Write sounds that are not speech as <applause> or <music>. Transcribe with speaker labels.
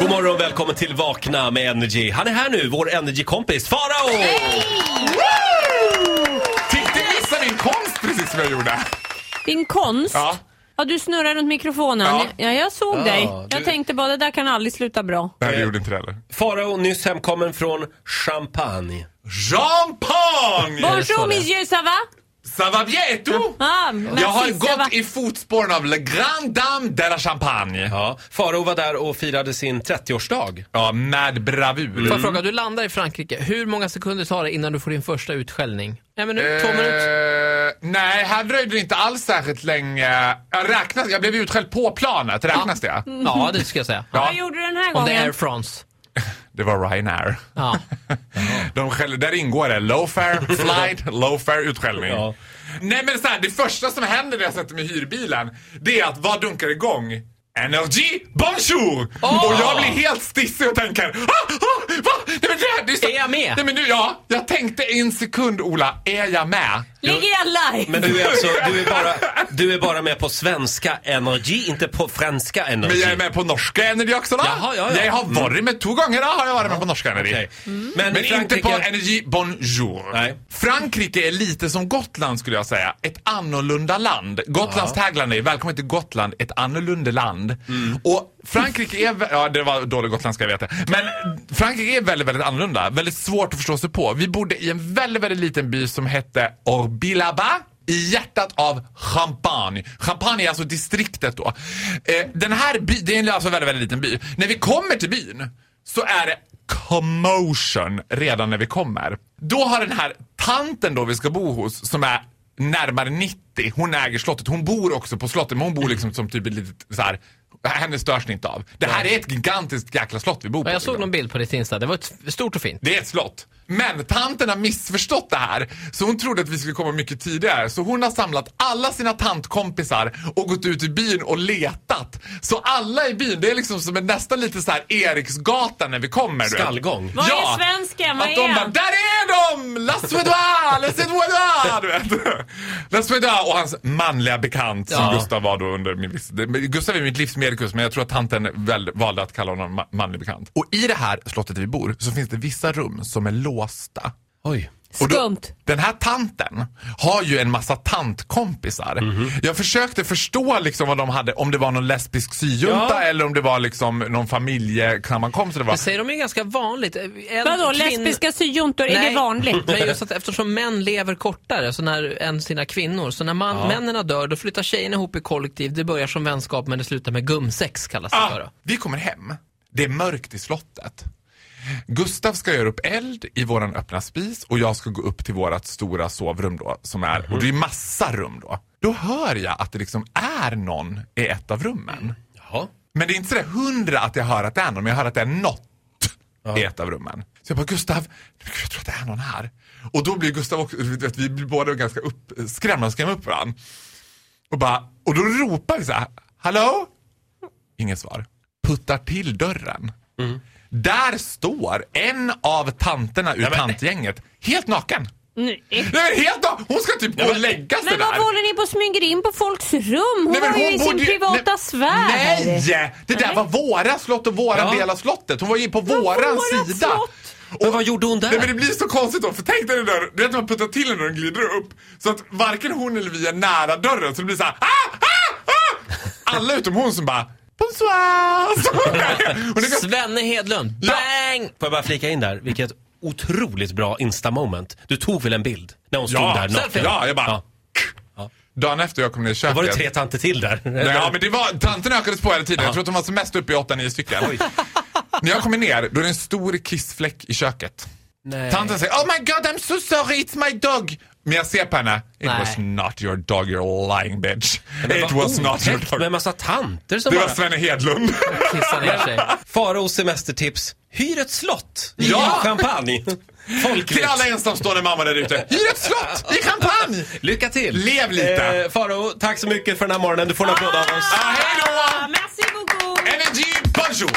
Speaker 1: God morgon och välkommen till Vakna med Energy. Han är här nu, vår Energy-kompis Farao!
Speaker 2: Titta, missa din konst precis som jag gjorde.
Speaker 3: Din konst?
Speaker 2: Ja.
Speaker 3: Ja. du snurrar runt mikrofonen.
Speaker 2: Ja.
Speaker 3: Ja, jag såg
Speaker 1: Ja,
Speaker 3: dig.
Speaker 1: du-
Speaker 3: Jag tänkte bara, det där kan aldrig sluta bra.
Speaker 2: Nej, det gjorde inte det heller.
Speaker 1: Farao, nyss hemkommen från Champagne.
Speaker 2: Champagne!
Speaker 3: Bonjour
Speaker 1: det.
Speaker 3: monsieur, ça va?
Speaker 2: Ça va bieto?
Speaker 4: Mm.
Speaker 3: Ah,
Speaker 2: Jag har
Speaker 3: merci, ça va?
Speaker 2: gått i fotspåren av La Grande Dame de la Champagne.
Speaker 1: Ja, Farao var där och firade sin 30-årsdag.
Speaker 2: Ja, med bravur.
Speaker 4: Får jag fråga, du landar i Frankrike. Hur många sekunder tar det innan du får din första utskällning? En minut? Två minuter?
Speaker 2: Eh, nej, här dröjde det inte alls särskilt länge. Jag, räknas, jag blev utskälld på planet, räknas det?
Speaker 4: Ja, det ska jag säga.
Speaker 2: Ja.
Speaker 3: Vad gjorde du den här
Speaker 4: Om det är Air
Speaker 3: gången?
Speaker 4: France.
Speaker 2: Det var Ryanair.
Speaker 4: Ja.
Speaker 2: De skäller, där ingår det.
Speaker 1: <laughs>
Speaker 2: Low fare, flight, low fare, utskällning.
Speaker 1: Ja.
Speaker 2: Nej men så här, det första som händer när jag sätter mig i hyrbilen, det är att vad dunkar igång? Energy bonjour! Och jag blir helt stissig och tänker ah, ah, va? Nej, men det, det är, så,
Speaker 4: Är jag med?
Speaker 2: Nej, men nu, ja, jag tänkte en sekund Ola, är jag med?
Speaker 3: Ligger jag live?
Speaker 1: Men du är alltså, du är bara, du är bara med på svenska Energy, inte på franska Energy.
Speaker 2: Men jag är med på norska Energy också då.
Speaker 1: Jaha, ja, ja.
Speaker 2: Jag har varit med två gånger då, har jag varit med på norska Energy.
Speaker 1: Okej. Men,
Speaker 2: Mm. Men inte på
Speaker 1: Frankrike-
Speaker 2: Energy Bonjour.
Speaker 1: Nej.
Speaker 2: Frankrike är lite som Gotland skulle jag säga. Ett annorlunda land. Gotlands tagline är Välkommen till Gotland, ett annorlunda land.
Speaker 1: Mm.
Speaker 2: Och Frankrike är, vä- ja det var dålig gotländska jag vet det. Men Frankrike är väldigt, väldigt annorlunda. Väldigt svårt att förstå sig på. Vi bodde i en väldigt, väldigt liten by som hette Orbilaba. I hjärtat av Champagne. Champagne är alltså distriktet då. Eh, den här byn, det är alltså en väldigt, väldigt liten by. När vi kommer till byn så är det commotion redan när vi kommer. Då har den här tanten då vi ska bo hos som är närmare 90, hon äger slottet. Hon bor också på slottet men hon bor liksom som typ ett litet så här. Henne störs ni inte av. Det här är ett gigantiskt jäkla slott vi bor på.
Speaker 4: Jag såg
Speaker 2: liksom.
Speaker 4: någon bild på ditt Insta. Det var ett stort och fint.
Speaker 2: Det är ett slott. Men tanten har missförstått det här, så hon trodde att vi skulle komma mycket tidigare. Så hon har samlat alla sina tantkompisar och gått ut i byn och letat. Så alla i byn, det är liksom som en nästan lite så här Eriksgatan när vi kommer. du vet.
Speaker 1: Skallgång.
Speaker 3: Vad är svensken? Vad
Speaker 2: Att de
Speaker 3: är
Speaker 2: bara,
Speaker 3: han?
Speaker 2: där är de! La Suédois! La Suédois! Du vet. La Suédois och hans manliga bekant som
Speaker 4: Ja.
Speaker 2: Gustav var då under min viss... det- men Gustav är mitt livs medikus men jag tror att tanten väl, valde att kalla honom ma- manlig bekant. Och i det här slottet där vi bor så finns det vissa rum som är låsta.
Speaker 1: Oj.
Speaker 2: Och då-
Speaker 3: Skumt.
Speaker 2: Den här tanten har ju en massa tantkompisar.
Speaker 1: Mhm.
Speaker 2: Jag försökte förstå liksom vad de hade, om det var någon lesbisk syjunta
Speaker 1: Ja.
Speaker 2: eller om det var liksom någon familjesammankomst. eller
Speaker 4: Det
Speaker 2: vad.
Speaker 4: säger de är ganska vanligt. Eh, En
Speaker 3: Vadå,
Speaker 4: kvinn-
Speaker 3: lesbiska syjuntor? Är
Speaker 4: Nej.
Speaker 3: det vanligt?
Speaker 4: Men just att eftersom män lever kortare så när, än sina kvinnor, så när man, männen dör då flyttar tjejerna ihop i kollektiv. Det börjar som vänskap men det slutar med gumsex kallas det för.
Speaker 2: Ah,
Speaker 4: då.
Speaker 2: vi kommer hem. Det är mörkt i slottet. Gustav ska göra upp eld i våran öppna spis och jag ska gå upp till vårat stora sovrum då som är, och det är massa rum då. Då hör jag att det liksom är någon i ett av rummen.
Speaker 1: Jaha.
Speaker 2: Men det är inte sådär hundra att jag hör att det är någon, men jag hör att det är något i ett av rummen. Så jag bara, Gustav, men gud, jag tror att det är någon här. Och då blir Gustav också, du vet, vi blir båda ganska uppskrämda och skrämmer upp varandra. Och, bara, och då ropar vi så här, hallå? Inget svar. Puttar till dörren. Där står en av tanterna ur tantgänget, helt naken.
Speaker 3: Nej.
Speaker 2: Nej men helt naken! Hon ska typ gå och lägga sig
Speaker 3: Men
Speaker 2: där.
Speaker 3: varför håller ni på och smyger in på folks rum? Hon
Speaker 2: Nej, men
Speaker 3: var ju i sin
Speaker 2: bodde ju-
Speaker 3: privata
Speaker 2: nej,
Speaker 3: sfär.
Speaker 2: Nej! Det där var våra slott och våran
Speaker 1: Ja.
Speaker 2: del av slottet. Hon var ju på
Speaker 3: var
Speaker 2: våran
Speaker 3: vårat
Speaker 2: sida.
Speaker 3: slott.
Speaker 1: Men vad gjorde hon där?
Speaker 2: Nej men det blir så konstigt då, för tänk dig den där, du vet när man puttar till den och den glider upp. Så att varken hon eller vi är nära dörren så det blir så här, ah, ah, ah! Alla utom hon som bara Bonsoir! Så-
Speaker 1: <laughs>
Speaker 2: och det går-
Speaker 4: Svenne Hedlund,
Speaker 2: Ja.
Speaker 4: bang!
Speaker 1: Får jag bara flika in där, vilket otroligt bra Insta-moment. Du tog väl en bild när hon stod
Speaker 2: Ja,
Speaker 1: där
Speaker 2: selfie. Ja, jag bara- Dagen efter jag kom ner i
Speaker 1: Då
Speaker 2: köket.
Speaker 1: var det tre tanter till där.
Speaker 2: Nej, ja, men det var, tanten ökades på hela tiden. Jag tror att de var som mest uppe i 8-9 stycken. När jag kommer ner, då är det en stor kissfläck i köket.
Speaker 1: Nej.
Speaker 2: Tanten säger Oh my god I'm so sorry it's my dog. Men jag ser på henne. It
Speaker 4: Nej.
Speaker 2: was not your dog you're lying bitch.
Speaker 1: Men
Speaker 2: It
Speaker 1: vad
Speaker 2: was not your
Speaker 1: otäckt
Speaker 2: dog.
Speaker 1: Med en massa tanter som
Speaker 2: Det var
Speaker 1: bara... <laughs>
Speaker 2: Svenne Hedlund.
Speaker 4: Kissar ner sig.
Speaker 1: Faraos semestertips. Hyr ett slott i
Speaker 2: Ja!
Speaker 1: champagne. Folkligt.
Speaker 2: <laughs> Till alla ensamstående mammor
Speaker 1: <laughs>
Speaker 2: där ute. Hyr ett slott i champagne.
Speaker 1: Lycka till!
Speaker 2: Lev lite.
Speaker 1: Eh, Farao, tack så mycket för den här morgonen. Du får en applåd av oss.
Speaker 2: Ah, hej
Speaker 3: Ah,
Speaker 1: <laughs>
Speaker 2: då!
Speaker 3: Merci beaucoup.
Speaker 2: Energy bonjour!